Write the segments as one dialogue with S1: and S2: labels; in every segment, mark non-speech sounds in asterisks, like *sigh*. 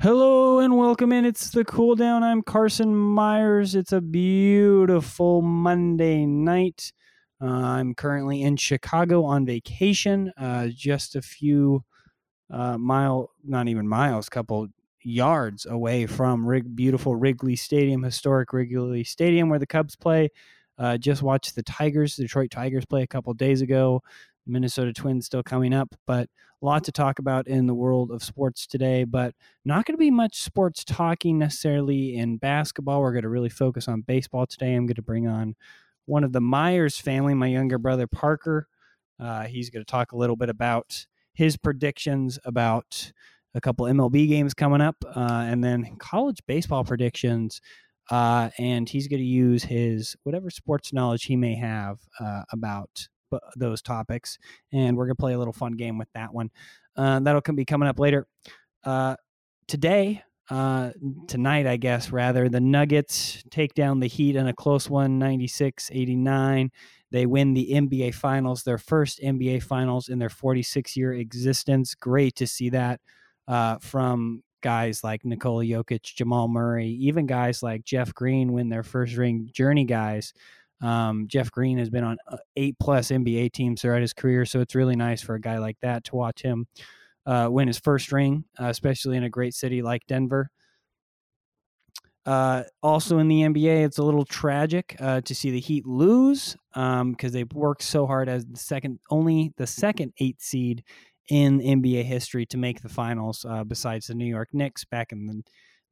S1: Hello and welcome in. It's the cool down. I'm Carson Myers. It's a beautiful Monday night. Uh, I'm currently in Chicago on vacation, uh, just a few uh, mile, not even miles, couple yards away from Rig- beautiful Wrigley Stadium, historic Wrigley Stadium where the Cubs play. Uh, just watched the Tigers, Detroit Tigers play a couple days ago. Minnesota Twins still coming up, but a lot to talk about in the world of sports today. But not going to be much sports talking necessarily in basketball. We're going to really focus on baseball today. I'm going to bring on one of the Myers family, my younger brother Parker. Uh, he's going to talk a little bit about his predictions about a couple MLB games coming up uh, and then college baseball predictions. Uh, and he's going to use his whatever sports knowledge he may have uh, about bu- those topics. And we're going to play a little fun game with that one. Uh, that'll come- be coming up later. Uh, today, uh, tonight, I guess, rather, the Nuggets take down the Heat in a close one, 96 89. They win the NBA Finals, their first NBA Finals in their 46 year existence. Great to see that uh, from guys like Nikola Jokic, Jamal Murray, even guys like Jeff Green win their first ring journey guys. Um, Jeff Green has been on uh, eight plus NBA teams throughout his career, so it's really nice for a guy like that to watch him uh, win his first ring, uh, especially in a great city like Denver. Uh, also in the NBA, it's a little tragic uh, to see the Heat lose because they've worked so hard as the second, only the second eight seed in NBA history to make the finals, uh, besides the New York Knicks back in the,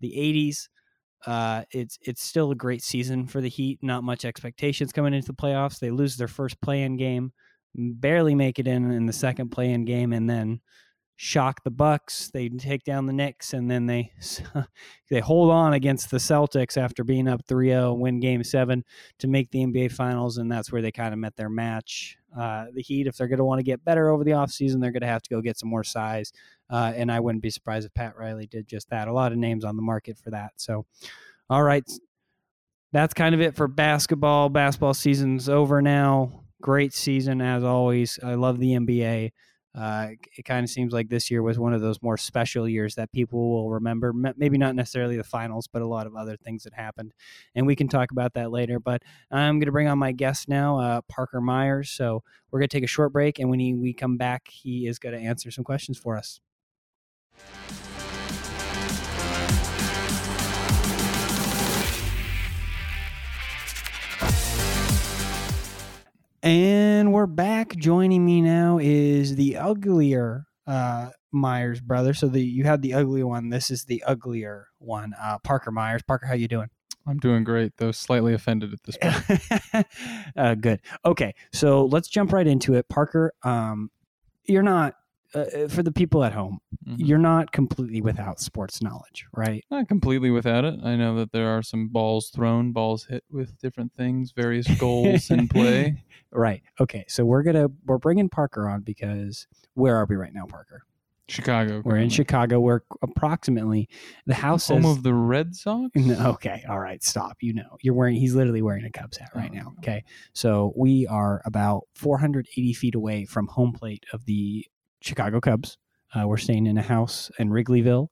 S1: the 80s. Uh, it's it's still a great season for the Heat. Not much expectations coming into the playoffs. They lose their first play-in game, barely make it in in the second play-in game, and then shock the Bucks. They take down the Knicks, and then they *laughs* they hold on against the Celtics after being up 3-0, win Game Seven to make the NBA Finals, and that's where they kind of met their match. Uh, the Heat, if they're going to want to get better over the offseason, they're going to have to go get some more size. Uh, and I wouldn't be surprised if Pat Riley did just that. A lot of names on the market for that. So, all right. That's kind of it for basketball. Basketball season's over now. Great season, as always. I love the NBA. Uh, it kind of seems like this year was one of those more special years that people will remember. M- Maybe not necessarily the finals, but a lot of other things that happened. And we can talk about that later. But I'm going to bring on my guest now, uh, Parker Myers. So we're going to take a short break. And when he, we come back, he is going to answer some questions for us. And we're back. Joining me now is the uglier uh, Myers brother. So the you had the ugly one. This is the uglier one, uh, Parker Myers. Parker, how you doing?
S2: I'm doing great, though slightly offended at this
S1: *laughs*
S2: point.
S1: uh, good. Okay, so let's jump right into it, Parker. Um, you're not uh, for the people at home.
S2: Mhm.
S1: You're not completely without sports knowledge, right?
S2: Not completely without it. I know that there are some balls thrown, balls hit with different things, various goals
S1: *laughs*
S2: in play.
S1: Right. Okay. So we're gonna we're bringing Parker on because where are we right now, Parker?
S2: Chicago.
S1: We're in
S2: currently.
S1: Chicago. We're approximately the house
S2: Home
S1: says-
S2: of the Red Sox?
S1: *laughs* No, okay, all right, stop. You know, you're wearing. He's literally wearing a Cubs hat right
S2: Oh,
S1: now. Okay, so we are about 480 feet away from home plate of the Chicago Cubs. Uh, we're staying in a house in Wrigleyville,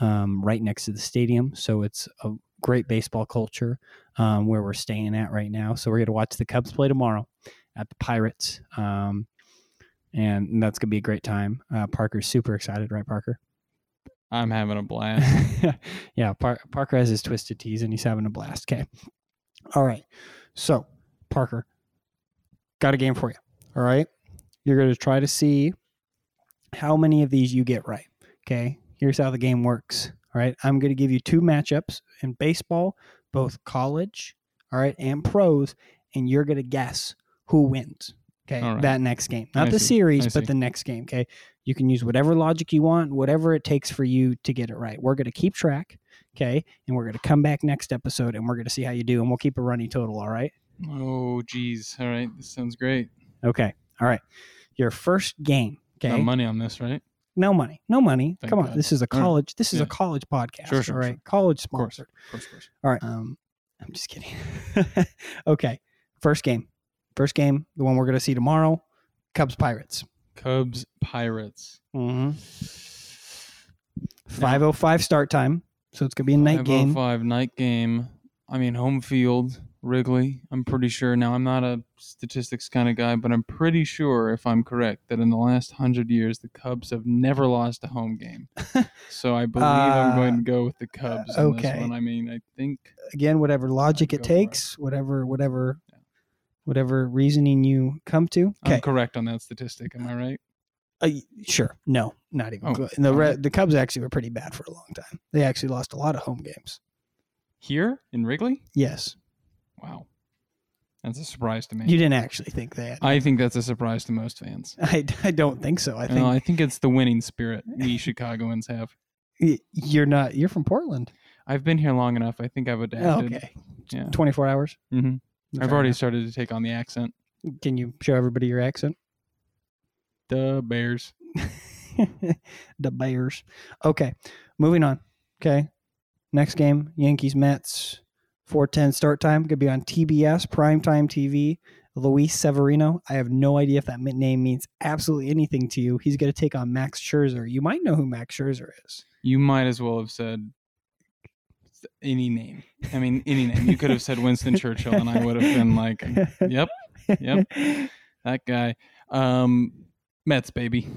S1: um, right next to the stadium. So it's a great baseball culture um, where we're staying at right now. So we're going to watch the Cubs play tomorrow at the Pirates, um, and that's going to be a great time. Uh, Parker's super excited, right, Parker?
S2: I'm having a blast.
S1: *laughs* yeah, Par- Parker has his twisted tees and he's having a blast. Okay. All right. So, Parker, got a game for you. All right. You're going to try to see how many of these you get right. Okay. Here's how the game works. All right. I'm going to give you two matchups in baseball, both college, all right, and pros, and you're going to guess who wins. Okay.
S2: All right.
S1: That next game. Not
S2: I
S1: the
S2: see.
S1: series,
S2: I
S1: but
S2: see.
S1: the next game. Okay. You can use whatever logic you want, whatever it takes for you to get it right. We're going to keep track. Okay. And we're going to come back next episode and we're going to see how you do. And we'll keep a running total. All right.
S2: oh, geez. All right. This sounds great.
S1: Okay. All right. Your first game. Okay.
S2: No money on this, right?
S1: No money. No money.
S2: Thank
S1: Come on.
S2: God.
S1: This is a
S2: All right.
S1: college. This is a
S2: Yeah.
S1: college podcast.
S2: Sure, sure,
S1: all right.
S2: sure.
S1: College
S2: Of course.
S1: sponsored.
S2: Of course, of course.
S1: All right. Um, I'm just kidding. *laughs* okay. First game. First game. The one we're going to see tomorrow. Cubs Pirates.
S2: Cubs, Pirates.
S1: Mm-hmm. 505 start time. So it's going to be a night game.
S2: 505 night game. I mean, home field, Wrigley. I'm pretty sure. Now, I'm not a statistics kind of guy, but I'm pretty sure, if I'm correct, that in the last 100 years, the Cubs have never lost a home
S1: *laughs*
S2: game. so I believe I'm
S1: Uh,
S2: going to go with the Cubs on
S1: okay.
S2: this one. I mean, I think
S1: Again, whatever logic it
S2: Go for it.
S1: takes, whatever whatever whatever reasoning you come to.
S2: I'm
S1: Okay.
S2: correct on that statistic. Am I right?
S1: Uh, sure. No, not even.
S2: Oh,
S1: close. And the
S2: okay.
S1: Re- the Cubs actually were pretty bad for a long time. They actually lost a lot of home games.
S2: Here in Wrigley?
S1: Yes.
S2: Wow. That's a surprise to me.
S1: You didn't actually think that.
S2: I think that's a surprise to most fans.
S1: *laughs* I, I don't think so. I
S2: I
S1: think
S2: think, I think it's the winning spirit
S1: *laughs*
S2: we Chicagoans have.
S1: y- you're not. You're from Portland.
S2: I've been here long enough. I think I've
S1: Oh,
S2: adapted.
S1: okay.
S2: Yeah.
S1: 24 hours.
S2: hmm I've
S1: Fair
S2: already started to take on the accent.
S1: enough. Can you show everybody your accent?
S2: The Bears.
S1: *laughs* the Bears. Okay. Moving on. Okay. Next game Yankees Mets. 410 start time. Going to be on TBS, primetime TV. Luis Severino. I have no idea if that mi- name means absolutely anything to you. He's going to take on Max Scherzer. You might know who Max Scherzer is.
S2: You might as well have said any name. I mean, any name. You could have said Winston Churchill, and I would have been like, "Yep,
S1: *laughs*
S2: yep. that guy." Um, Mets, baby.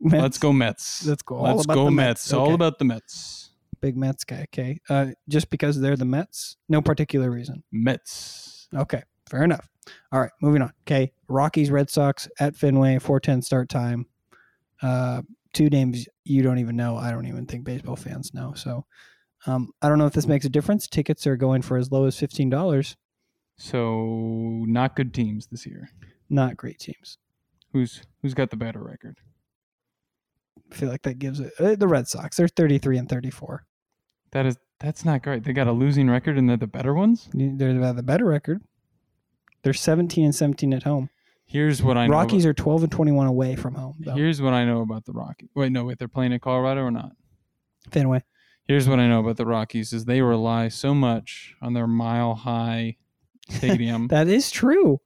S2: Let's go Mets.
S1: Let's go. All
S2: Let's
S1: about
S2: go
S1: the
S2: Mets.
S1: Mets.
S2: All
S1: Okay.
S2: about the Mets.
S1: Big Mets guy. Okay. Uh, just because they're the Mets? No particular reason.
S2: Mets.
S1: Okay, fair enough. All right, moving on. Okay, Rockies, Red Sox at Fenway, four ten start time. Uh, two names you don't even know. I don't even think baseball fans know. So, um, I don't know if this makes a difference. Tickets are going for as low as fifteen dollars.
S2: So not good teams this year.
S1: Not great teams.
S2: Who's who's got the better record?
S1: I feel like that gives it uh, the Red Sox. They're thirty three and thirty four.
S2: That is that's not great. They got a losing record, and they're the better ones.
S1: They're about the better record. They're seventeen and seventeen at home.
S2: Here's what I know. about-
S1: Rockies are twelve and twenty one away from home. Though.
S2: Here's what I know about the Rockies. Wait, no, wait, they're playing in Colorado or not?
S1: Fenway.
S2: Here's what I know about the Rockies is they rely so much on their mile high stadium
S1: That is true.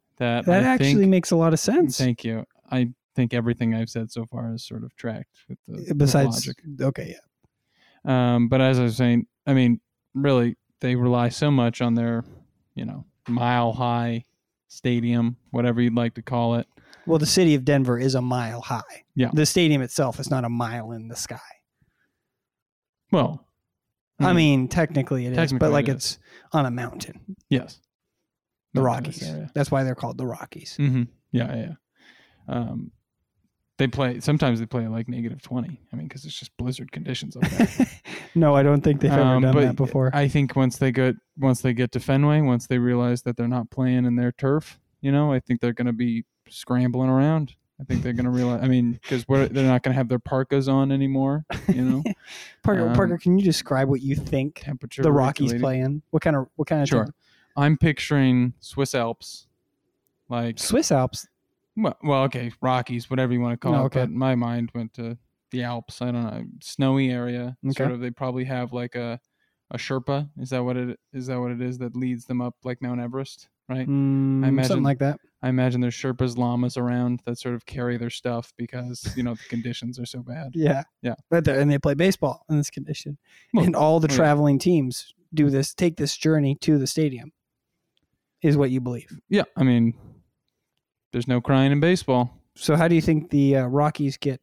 S1: *laughs*
S2: that,
S1: That
S2: I
S1: actually
S2: think,
S1: makes a lot of sense.
S2: Thank you. I think everything I've said so far is sort of tracked with the with
S1: Besides,
S2: logic.
S1: okay, yeah,
S2: Um, but as I was saying, I mean, really, they rely so much on their, you know, mile high stadium, whatever you'd like to call it.
S1: Well, the city of Denver is a mile high.
S2: Yeah.
S1: The stadium itself is not a mile in the sky.
S2: Well,
S1: I mean, technically it is,
S2: Hmm. Technically
S1: but like
S2: it
S1: it's on a mountain.
S2: yes,
S1: The
S2: Not in this
S1: Rockies.
S2: area.
S1: That's why they're called the Rockies. *laughs*
S2: Mm-hmm. Yeah, yeah. yeah. Um, they play. Sometimes they play like negative twenty. I mean, because it's just blizzard conditions up
S1: *laughs*
S2: there.
S1: no, I don't think they've ever
S2: Um,
S1: done
S2: but
S1: that before.
S2: I think once they get once they get to Fenway, once they realize that they're not playing in their turf, you know, I think they're going to be scrambling around. I think they're going to realize. I mean, because they're not going to have their parkas on anymore.
S1: *laughs*
S2: You know,
S1: Parker,
S2: um,
S1: Parker, can you describe what you think
S2: temperature.
S1: the Rockies
S2: regulated.
S1: play in? What kind of what kind of
S2: Sure.
S1: team?
S2: I'm picturing Swiss Alps, like
S1: Swiss Alps?
S2: Well, well, okay, Rockies, whatever you want to call
S1: No,
S2: it.
S1: okay.
S2: But my mind went to the Alps. I don't know, snowy area. Sort
S1: Okay.
S2: of. They probably have like a a Sherpa. Is that what it is? That what it is that leads them up like Mount Everest, right?
S1: Mm, something
S2: imagine-
S1: like that.
S2: I imagine there's Sherpas, llamas around that sort of carry their stuff because you know the conditions are so bad.
S1: Yeah.
S2: Yeah.
S1: But they and they play baseball in this condition.
S2: Well,
S1: and all the
S2: well, yeah.
S1: traveling teams do this, take this journey to the stadium, is what you believe.
S2: Yeah, I mean, there's no crying in baseball.
S1: So how do you think the uh, Rockies get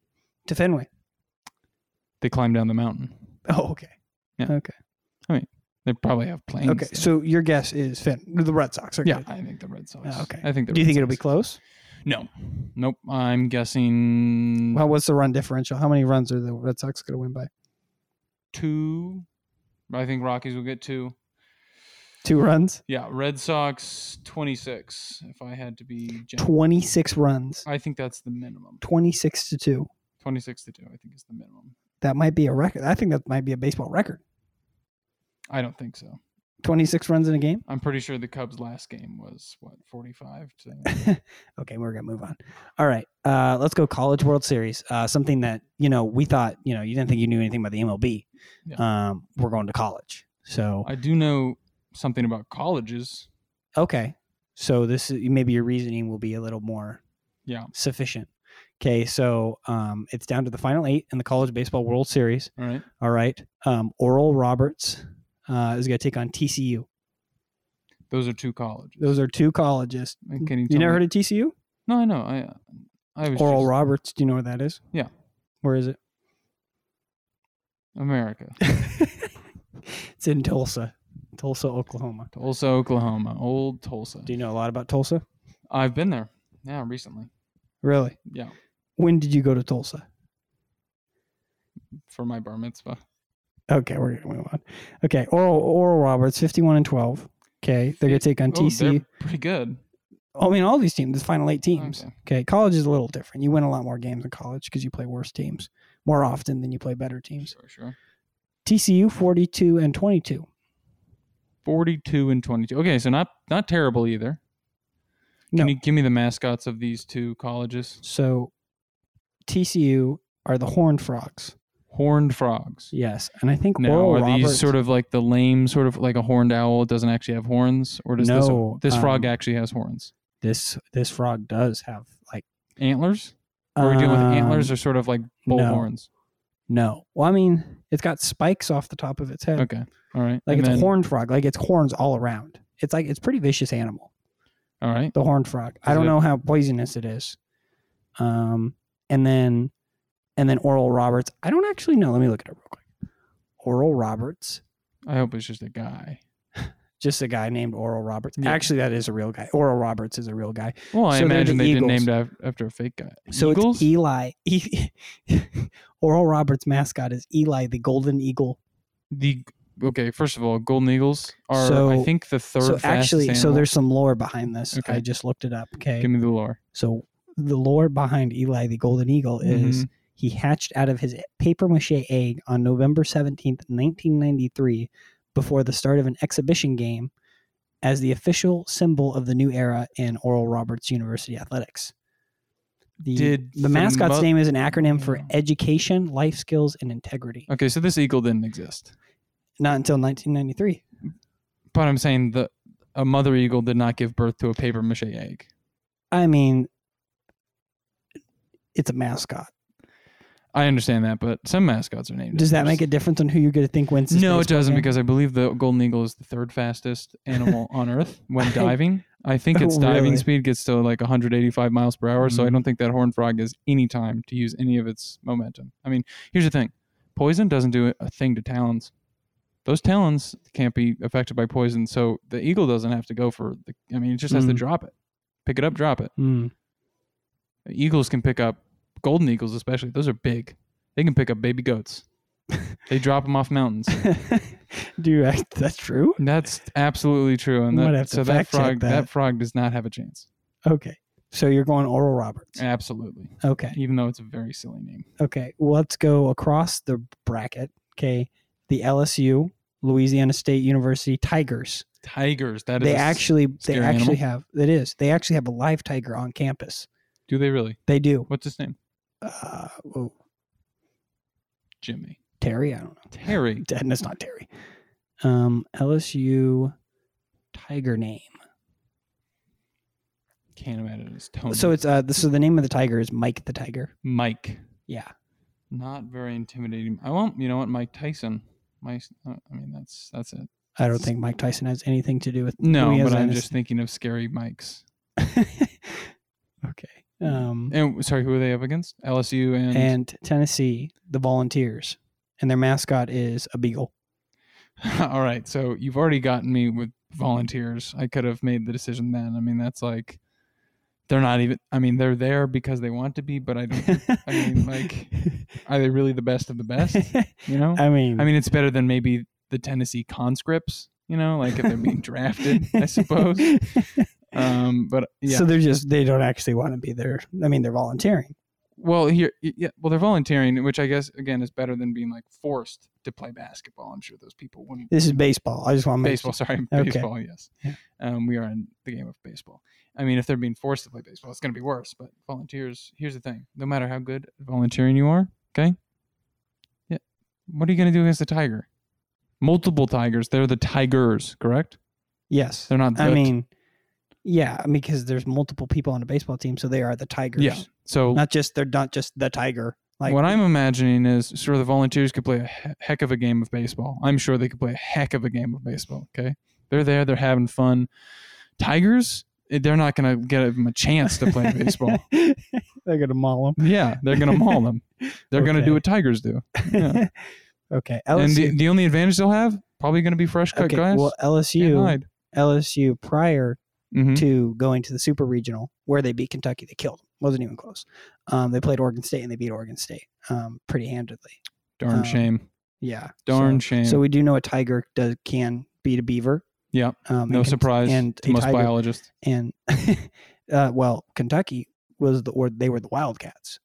S1: to Fenway? *laughs*
S2: They climb down the mountain.
S1: Oh, okay.
S2: Yeah.
S1: Okay.
S2: They probably have planes.
S1: okay.
S2: there.
S1: So your guess is Fen- the Red Sox. Are
S2: yeah,
S1: good.
S2: I think the Red Sox.
S1: Ah, okay.
S2: I think. The
S1: Do you
S2: Red
S1: think it'll
S2: Sox.
S1: be close?
S2: No. Nope. I'm guessing
S1: Well, what's the run differential? How many runs are the Red Sox going to win by?
S2: two. I think Rockies will get two.
S1: Two runs,
S2: Yeah, Red Sox 26 if I had to be generous.
S1: twenty-six runs,
S2: I think that's the minimum.
S1: twenty-six to two.
S2: 26 to 2 I think is the minimum.
S1: That might be a record. I think that might be a baseball record.
S2: I don't think so.
S1: Twenty-six runs in a game.
S2: I'm pretty sure the Cubs last game was what 45 to
S1: *laughs* okay, we're gonna move on. All right, uh, let's go College World Series. Uh, something that you know we thought you know you didn't think you knew anything about the MLB. Um, we're going to college, so
S2: I do know something about colleges.
S1: okay. So this is, maybe your reasoning will be a little more
S2: Yeah.
S1: sufficient. Okay, so um, it's down to the final eight in the College Baseball World Series.
S2: All right.
S1: All right. Um, Oral Roberts uh, is going to take on TCU.
S2: Those are two colleges.
S1: Those are two colleges.
S2: And Can you,
S1: You
S2: tell
S1: never
S2: me-
S1: heard of TCU?
S2: No, I know. I uh, I was
S1: Oral
S2: just-
S1: Roberts. Do you know where that is?
S2: Yeah.
S1: Where is it?
S2: America,
S1: *laughs* it's in Tulsa, Tulsa, Oklahoma.
S2: Tulsa, Oklahoma, old Tulsa.
S1: Do you know a lot about Tulsa?
S2: I've been there. Yeah, recently.
S1: Really?
S2: Yeah,
S1: When did you go to Tulsa?
S2: for my bar mitzvah.
S1: Okay, we're gonna move on. Okay, Oral Oral Roberts, fifty-one and twelve. Okay, they're gonna take on
S2: Oh,
S1: TCU.
S2: they're pretty good.
S1: I mean, all these teams, the final eight teams.
S2: Okay.
S1: Okay. college is a little different. You win a lot more games in college because you play worse teams more often than you play better teams.
S2: Sure, sure.
S1: TCU 42 and 22.
S2: Forty-two and twenty-two. Okay, so not not terrible either.
S1: No.
S2: Can you give me the mascots of these two colleges?
S1: So TCU are the Horned Frogs.
S2: Horned frogs.
S1: Yes, and I think
S2: Now,
S1: Oral
S2: are
S1: Roberts,
S2: these sort of like the lame, sort of like a horned owl that doesn't actually have horns, or does
S1: No,
S2: this this frog
S1: um,
S2: actually has horns?
S1: this this frog does have like
S2: Antlers? Or are we dealing with antlers
S1: um,
S2: or sort of like bull
S1: no.
S2: horns?
S1: no. Well, I mean, it's got spikes off the top of its head.
S2: Okay, all right.
S1: Like
S2: And
S1: it's
S2: then-
S1: a horned frog. Like it's horns all around. It's like it's a pretty vicious animal.
S2: All right.
S1: the horned frog. I
S2: Is
S1: don't
S2: it-
S1: know how poisonous it is. Um, and then, and then Oral Roberts. I don't actually know. Let me look it up real quick. Oral Roberts,
S2: I hope it's just a guy.
S1: just a guy named Oral Roberts.
S2: Yeah.
S1: Actually, that is a real guy. Oral Roberts is a real guy.
S2: Well,
S1: So
S2: I
S1: they're the
S2: imagine they didn't
S1: Eagles.
S2: named af- after a fake guy.
S1: So
S2: Eagles?
S1: it's Eli. *laughs* E- Oral Roberts' mascot is Eli, the golden eagle.
S2: the okay. First of all, golden eagles are I
S1: So-
S2: think the third.
S1: so actually,
S2: fastest
S1: so
S2: animal.
S1: there's some lore behind this.
S2: Okay.
S1: I just looked it up. Okay.
S2: Give me the lore.
S1: so the lore behind Eli, the golden eagle, is
S2: Mhm.
S1: He hatched out of his paper mache egg on November 17th, 1993, before the start of an exhibition game as the official symbol of the new era in Oral Roberts University athletics. The,
S2: Did
S1: the
S2: the
S1: mascot's
S2: mo- Mm.
S1: name is an acronym for
S2: Yeah.
S1: Education, Life Skills, and Integrity.
S2: Okay, so this eagle didn't exist,
S1: Not until 1993.
S2: but I'm saying the a mother eagle did not give birth to a paper mache egg.
S1: I mean, it's a mascot.
S2: I understand that, but some mascots are named.
S1: Does that
S2: after
S1: make a difference on who you're going to think wins? This
S2: No, it
S1: baseball
S2: doesn't
S1: game?
S2: because I believe the golden eagle is the third fastest
S1: *laughs*
S2: animal on Earth when diving. I think its
S1: Oh,
S2: diving
S1: really? Mm-hmm.
S2: speed gets to like 185 miles per hour, so I don't think that horned frog has any time to use any of its momentum. I mean, here's the thing: poison doesn't do a thing to talons. Those talons can't be affected by poison, so the eagle doesn't have to go for. The, I mean, it just has to
S1: Mm.
S2: drop it, pick it up, drop it.
S1: Hmm. *laughs*
S2: Eagles can pick up golden eagles, especially those are big. They can pick up
S1: *laughs*
S2: baby goats. they drop them off mountains.
S1: Do you act, that's true?
S2: That's absolutely true, and
S1: We might
S2: that,
S1: have to
S2: so that
S1: fact check
S2: frog that.
S1: that.
S2: frog does not have a chance.
S1: Okay. So you're going Oral Roberts.
S2: Absolutely,
S1: Okay.
S2: even though it's a very silly name.
S1: Okay. Let's go across the bracket. Okay. The LSU, Louisiana State University Tigers.
S2: Tigers. That is.
S1: They
S2: a s-
S1: actually they
S2: scary
S1: actually have it is. They actually have a live tiger on campus.
S2: do they really?
S1: They do.
S2: What's his name?
S1: Uh, oh,
S2: Jimmy
S1: Terry, I don't know.
S2: Terry
S1: And it's not Terry. Um, LSU Tiger name.
S2: can't imagine his tone.
S1: So it's uh so the name of the tiger is Mike the Tiger.
S2: Mike.
S1: Yeah.
S2: Not very intimidating. I want you know what Mike Tyson. My, uh, I mean that's that's it.
S1: I don't think Mike Tyson has anything to do with
S2: No, but
S1: Louisiana
S2: I'm just thinking of scary Mikes.
S1: *laughs* Okay. Um
S2: And sorry, who are they up against? LSU and,
S1: and Tennessee, the Volunteers, and their mascot is a beagle.
S2: *laughs* all right. So you've already gotten me with volunteers. I could have made the decision then. I mean that's like they're not even. I mean they're there because they want to be, but I
S1: *laughs*
S2: don't. I mean, like, are they really the best of the best? You know.
S1: *laughs* I mean,
S2: I mean, it's better than maybe the Tennessee conscripts, you know, like if
S1: *laughs*
S2: they're being drafted, I suppose. Um, but yeah,
S1: So they're just they don't actually want to be there. I mean, they're volunteering.
S2: well, here, y- yeah, well, they're volunteering, which I guess again is better than being like forced to play basketball. I'm sure those people wouldn't.
S1: This is baseball. I just want to make
S2: Baseball, sorry, *laughs*
S1: Okay.
S2: baseball. Yes,
S1: Yeah.
S2: um, we are in the game of baseball. I mean, if they're being forced to play baseball, it's going to be worse. But volunteers, here's the thing: no matter how good at volunteering you are, okay, yeah, what are you going to do against the tiger? Multiple tigers. They're the tigers, correct?
S1: Yes,
S2: They're not.
S1: I
S2: the
S1: mean, yeah, because there's multiple people on a baseball team, so they are the Tigers.
S2: Yeah. So
S1: Not just they're not just the tiger. Like
S2: what I'm imagining is sure the volunteers could play a he- heck of a game of baseball. I'm sure they could play a heck of a game of baseball. Okay. They're there, they're having fun. Tigers, eh, they're not going to give them a chance
S1: *laughs*
S2: to play baseball.
S1: they're gonna maul him.
S2: Yeah, they're going to maul them. They're going to
S1: Okay.
S2: do what Tigers do. Yeah.
S1: *laughs* okay,
S2: and
S1: LSU.
S2: the, the only advantage they'll have probably going to be fresh cut
S1: okay,
S2: grass.
S1: well LSU LSU prior
S2: hmm
S1: to going to the Super Regional where they beat Kentucky, they killed them. wasn't even close. Um, they played Oregon State and they beat Oregon State um, pretty handedly.
S2: Darn
S1: um,
S2: shame.
S1: Yeah,
S2: Darn
S1: So-
S2: shame.
S1: So we do know a tiger does can beat a beaver.
S2: Yeah.
S1: Um,
S2: no
S1: and Ken-
S2: surprise
S1: and
S2: to
S1: a
S2: most
S1: tiger-
S2: biologists.
S1: And *laughs* uh, well, Kentucky was the or they were the Wildcats.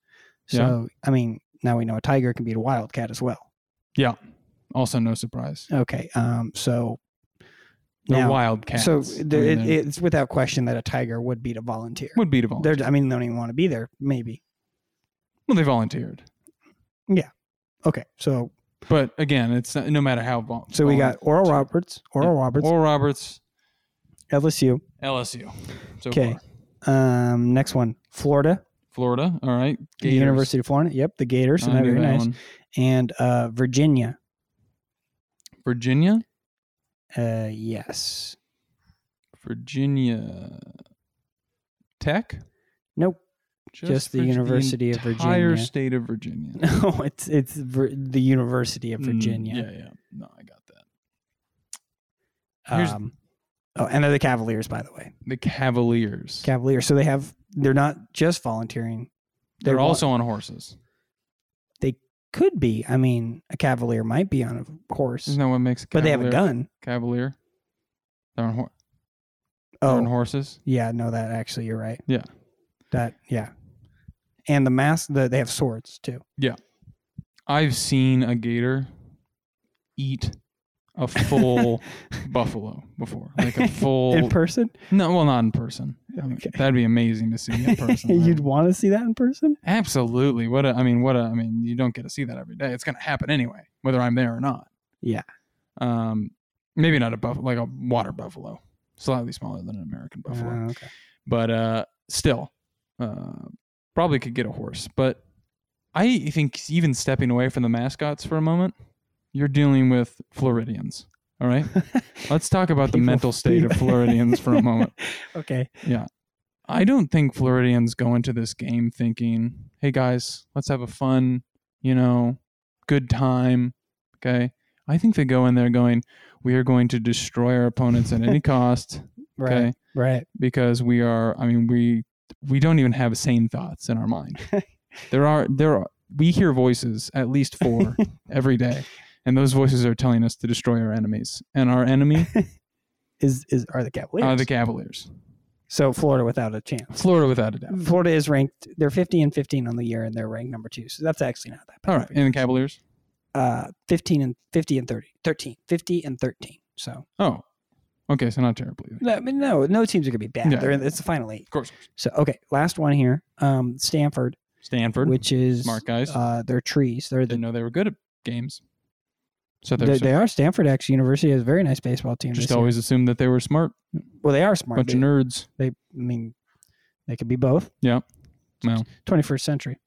S2: Yeah.
S1: So I mean, now we know a tiger can beat a wildcat as well.
S2: Yeah. Also, no surprise.
S1: Okay. Um. So
S2: The
S1: now,
S2: Wildcats.
S1: so
S2: I
S1: the,
S2: mean,
S1: it,
S2: they
S1: it's without question that a tiger would beat a volunteer.
S2: would beat a volunteer.
S1: They're, I mean, they don't even want to be there. Maybe.
S2: Well, they volunteered.
S1: Okay. So
S2: But again, it's not, no matter how. Vol-
S1: so we got Oral
S2: volunteer-
S1: Roberts, Oral Roberts,
S2: Oral Roberts,
S1: LSU.
S2: LSU. So
S1: Okay.
S2: far.
S1: Um. Next one, Florida,
S2: Florida. All right.
S1: the
S2: Gators.
S1: University of Florida. Yep, the Gators.
S2: I
S1: and that
S2: knew
S1: very
S2: that
S1: nice.
S2: one.
S1: And uh, Virginia.
S2: Virginia.
S1: Uh, yes.
S2: Virginia Tech.
S1: Nope. *laughs* Just the
S2: Virgi-
S1: University of
S2: Entire
S1: Virginia.
S2: state of Virginia.
S1: No, it's it's Vir- the University of
S2: Mm,
S1: *laughs* Virginia.
S2: yeah, yeah. No, I got that. here's-
S1: Um, oh, and they're the Cavaliers, by the way.
S2: The Cavaliers.
S1: Cavaliers. So they have. They're not just volunteering.
S2: They're
S1: vol-
S2: also on horses.
S1: could be. I mean, a Cavalier might be on a horse,
S2: Isn't that what makes a
S1: but they have
S2: Cavalier?
S1: a gun.
S2: Cavalier. They're on, hor- they're on
S1: Oh,
S2: horses.
S1: yeah. No, that actually, you're right.
S2: Yeah.
S1: That yeah. And the mask. The, they have swords too.
S2: I've seen a gator eat a
S1: *laughs*
S2: full buffalo before, like a full.
S1: in person.
S2: no, well, not in person. I mean,
S1: Okay.
S2: That'd be amazing to see
S1: *laughs*
S2: in person.
S1: You'd want to see that in person.
S2: Absolutely. What a, I mean, what a, I mean, you don't get to see that every day. It's going to happen anyway, whether I'm there or not.
S1: Yeah.
S2: Um, maybe not a buffalo, like a water buffalo, slightly smaller than an American buffalo,
S1: Uh, okay.
S2: but uh, still, uh, probably could get a horse. But I think even stepping away from the mascots for a moment, you're dealing with Floridians. All right.
S1: *laughs*
S2: Let's talk about the
S1: People-
S2: mental state of
S1: people-
S2: Floridians for a moment.
S1: okay.
S2: I don't think Floridians go into this game thinking, "Hey guys, let's have a fun, you know, good time." Okay? I think they go in there going, "We are going to destroy our opponents at any cost."
S1: Right.
S2: Okay?
S1: Right.
S2: Because we are I mean, we we don't even have sane thoughts in our mind.
S1: *laughs*
S2: there are there are we hear voices at least
S1: *laughs*
S2: four every day, and those voices are telling us to destroy our enemies. And our
S1: *laughs*
S2: enemy
S1: Is is are the Cavaliers?
S2: are the Cavaliers.
S1: so Florida without a chance.
S2: Florida without a doubt.
S1: Florida is ranked. They're 50 and 15 on the year, and they're ranked number two. So that's actually not that bad.
S2: All right, and the Cavaliers?
S1: Uh, 15 and 50 and 30, 13, 50 and 13. So
S2: Oh, okay. So not terribly. Of
S1: no, I mean, no, no teams are gonna be bad.
S2: Yeah.
S1: They're in, it's the final eight.
S2: course.
S1: So okay, last one here. Um, Stanford,
S2: Stanford,
S1: which is
S2: smart guys.
S1: uh, they're trees. They're the
S2: didn't know they were good at games. So they're
S1: they,
S2: so-
S1: they are Stanford actually University has a very nice baseball team.
S2: just
S1: this year.
S2: always assumed that they were smart.
S1: well, they are smart.
S2: Bunch
S1: they,
S2: of nerds.
S1: they, I mean, they could be both.
S2: Yeah. Well.
S1: 21st century.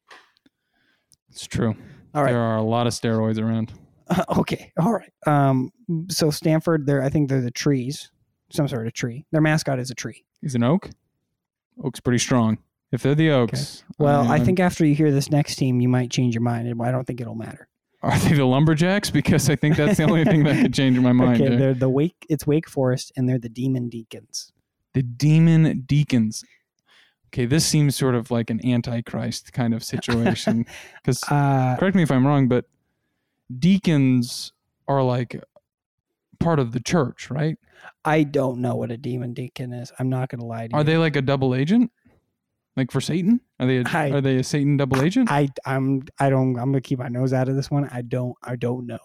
S2: It's true.
S1: All right.
S2: There are a lot of steroids around.
S1: Uh, *laughs* okay. All right. Um. So Stanford, they're I think they're the trees, some sort of tree. Their mascot is a tree.
S2: Is an oak? Oak's pretty strong. If they're the oaks,
S1: Well,
S2: mean,
S1: I
S2: I'm-
S1: think after you hear this next team, you might change your mind. and I don't think it'll matter.
S2: *laughs* are they the lumberjacks? Because I think that's the only thing that could change my mind. eh?
S1: okay.
S2: here.
S1: They're the Wake. It's Wake Forest, and they're the Demon Deacons.
S2: the demon deacons. Okay, this seems sort of like an antichrist kind
S1: *laughs*
S2: of situation. Because
S1: Uh.
S2: correct me if I'm wrong, but deacons are like part of the church, right?
S1: I don't know what a demon deacon is. I'm not gonna lie to you.
S2: Are they like a double agent, like for Satan? Are they a,
S1: I-
S2: are they a Satan double agent?
S1: I I'm I don't I'm gonna keep my nose out of this one. I don't I don't know.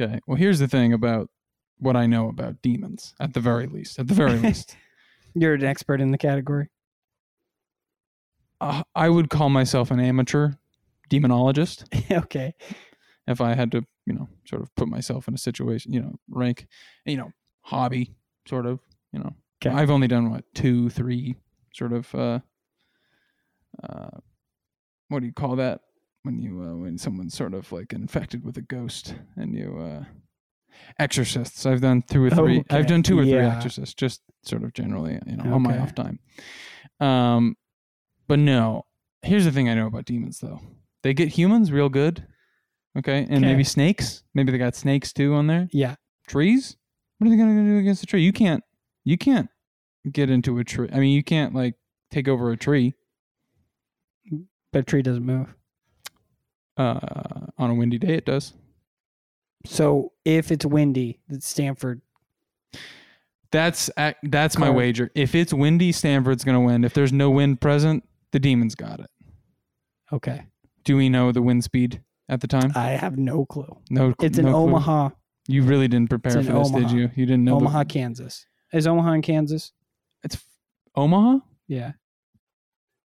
S2: okay. Well, here's the thing about what I know about demons, at the very least. At
S1: *laughs*
S2: the very least,
S1: You're an expert in the category. *laughs*
S2: uh, I would call myself an amateur demonologist
S1: okay.
S2: if I had to, you know, sort of put myself in a situation, you know, rank, you know, hobby, sort of, you know.
S1: Okay.
S2: I've only done what two, three, sort of. uh uh, what do you call that when you uh, when someone's sort of like infected with a ghost and you uh, exorcists. I've done two or 3
S1: Okay,
S2: I've done two or three
S1: yeah.
S2: exorcists, just sort of generally, you know, on my
S1: Okay.
S2: off time. Um, but no, here's the thing I know about demons though. They get humans real good. Okay, and
S1: Okay.
S2: maybe snakes. Maybe they got snakes too on there.
S1: Yeah.
S2: Trees. What are they gonna do against a tree? You can't. You can't get into a tree. I mean, you can't like take over a tree
S1: But a tree doesn't move.
S2: uh, on a windy day. It does.
S1: So if it's windy, it's Stanford.
S2: That's ac- that's my
S1: Carl.
S2: wager. If it's windy, Stanford's going to win. If there's no wind present, the demons got it.
S1: Okay.
S2: Do we know the wind speed at the time?
S1: I have no clue.
S2: No,
S1: It's in
S2: no clue.
S1: Omaha,
S2: You really didn't prepare
S1: It's
S2: for
S1: in
S2: this, did
S1: Omaha.
S2: you? You didn't know the-
S1: Omaha, Kansas. Is Omaha in Kansas?
S2: it's f- Omaha.
S1: Yeah.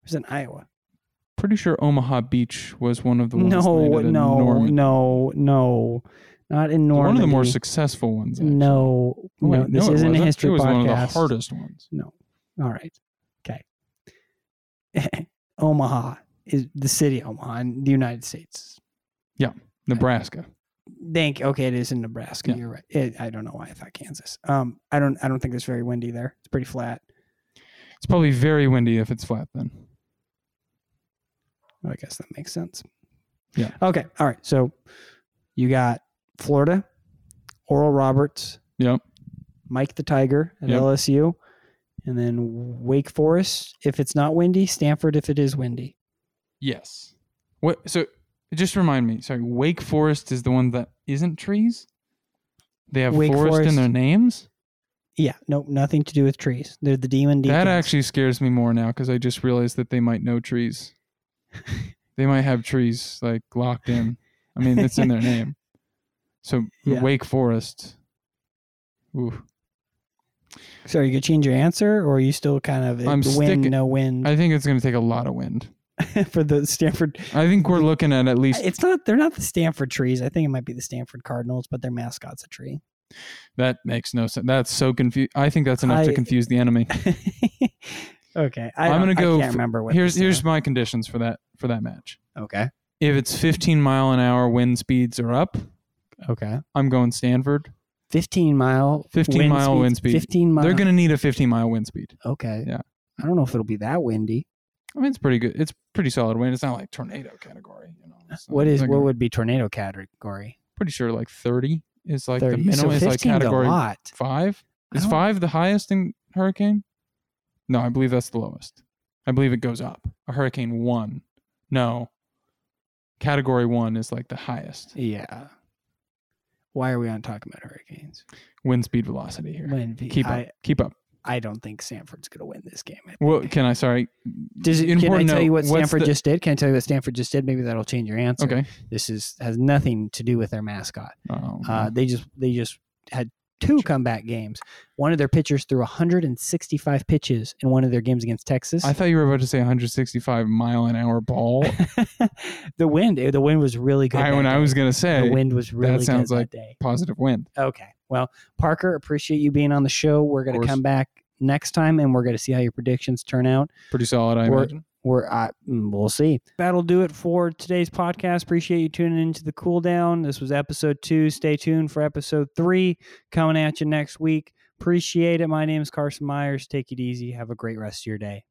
S1: It's in Iowa.
S2: Pretty sure Omaha Beach was one of the ones.
S1: No,
S2: landed in
S1: no,
S2: Norman.
S1: no, no. Not in
S2: It's
S1: Normandy.
S2: One of the more successful ones. actually.
S1: No,
S2: Oh, wait,
S1: no, this
S2: it
S1: isn't a
S2: wasn't.
S1: history
S2: It was
S1: podcast.
S2: one of the hardest ones.
S1: All right. Okay. *laughs* Omaha is the city of Omaha in the United States.
S2: Nebraska.
S1: Thank okay, it is in Nebraska.
S2: Yeah.
S1: You're right. It, I don't know why I thought Kansas. Um I don't I don't think it's very windy there. It's pretty flat.
S2: It's probably very windy if it's flat. Then
S1: I guess that makes sense.
S2: Yeah.
S1: Okay. All right. So you got Florida, Oral Roberts,
S2: Yep.
S1: Mike the Tiger at
S2: Yep.
S1: LSU, and then Wake Forest if it's not windy, Stanford if it is windy.
S2: Yes. What? So just remind me. Sorry, Wake Forest is the one that isn't trees. They have
S1: Wake
S2: forest, in
S1: Forest.
S2: their names.
S1: Yeah, nope, nothing to do with trees. They're the demon deacons.
S2: That actually scares me more now because I just realized that they might
S1: *laughs*
S2: know trees. they might have trees like locked in. I mean, it's in their name. So
S1: *laughs* Yeah.
S2: Wake Forest. Ooh.
S1: So you could change your answer, or are you still kind of
S2: I'm
S1: I'm win
S2: sticking-
S1: no win
S2: I think it's going to take a lot of wind.
S1: *laughs* for the Stanford?
S2: I think we're looking at at least
S1: It's not. They're not the Stanford trees. I think it might be the Stanford Cardinals, but their mascot's a tree.
S2: that makes no sense. That's so confused. I think that's enough to
S1: I-
S2: confuse the enemy.
S1: *laughs* okay, I
S2: I'm
S1: don't-
S2: gonna go
S1: I can't
S2: f-
S1: remember *laughs* what.
S2: Here's
S1: these
S2: here's
S1: are.
S2: my conditions for that for that match.
S1: okay.
S2: if it's 15 mile an hour wind speeds are up,
S1: Okay.
S2: I'm going Stanford.
S1: 15 mile
S2: 15 mile wind speed.
S1: 15 mile
S2: They're going to need a 15 mile wind speed.
S1: okay
S2: Yeah.
S1: i don't know if it'll be that windy
S2: I mean, it's pretty good. It's pretty solid wind. It's not like tornado category. You know, It's not-
S1: what
S2: it's
S1: is
S2: like
S1: what
S2: a-
S1: would be tornado category
S2: pretty sure like 30 is like the
S1: 30 so
S2: minimum. is
S1: 15
S2: like
S1: is a
S2: category
S1: lot
S2: five.
S1: I
S2: Is
S1: don't-
S2: five the highest in hurricane? No, I believe that's the lowest. I believe it goes up. A hurricane one. No. Category one is like the highest
S1: yeah why are we on talking about hurricanes
S2: wind speed velocity here.
S1: Wind be-
S2: Keep up.
S1: I,
S2: Keep up.
S1: I don't think sanford's going to win this game I
S2: Well,
S1: think.
S2: can I? Sorry.
S1: Does it, can I
S2: important
S1: tell
S2: note,
S1: you what
S2: what's
S1: Stanford
S2: the-
S1: just did? Can I tell you what Stanford just did? Maybe that'll change your answer.
S2: Okay.
S1: This is has nothing to do with their mascot.
S2: Oh,
S1: Uh, they just they just had two comeback games. One of their pitchers threw 165 pitches in one of their games against Texas.
S2: I thought you were about to say 165 mile an hour
S1: *laughs*
S2: ball.
S1: the wind, eh, the wind was really good.
S2: I,
S1: that
S2: when I
S1: day.
S2: was gonna
S1: the
S2: say
S1: wind was really
S2: sounds
S1: good
S2: like-
S1: that day.
S2: positive wind.
S1: Okay, well, Parker, appreciate you being on the show. We're going to
S2: course.
S1: come back next time, and we're going to see how your predictions turn out.
S2: Pretty solid, I
S1: Or-
S2: imagine.
S1: we're uh, mm, we'll see. That'll do it for today's podcast. Appreciate you tuning into the cool down. This was episode two. Stay tuned for episode three coming at you next week. Appreciate it. My name is Carson Myers. Take it easy. Have a great rest of your day.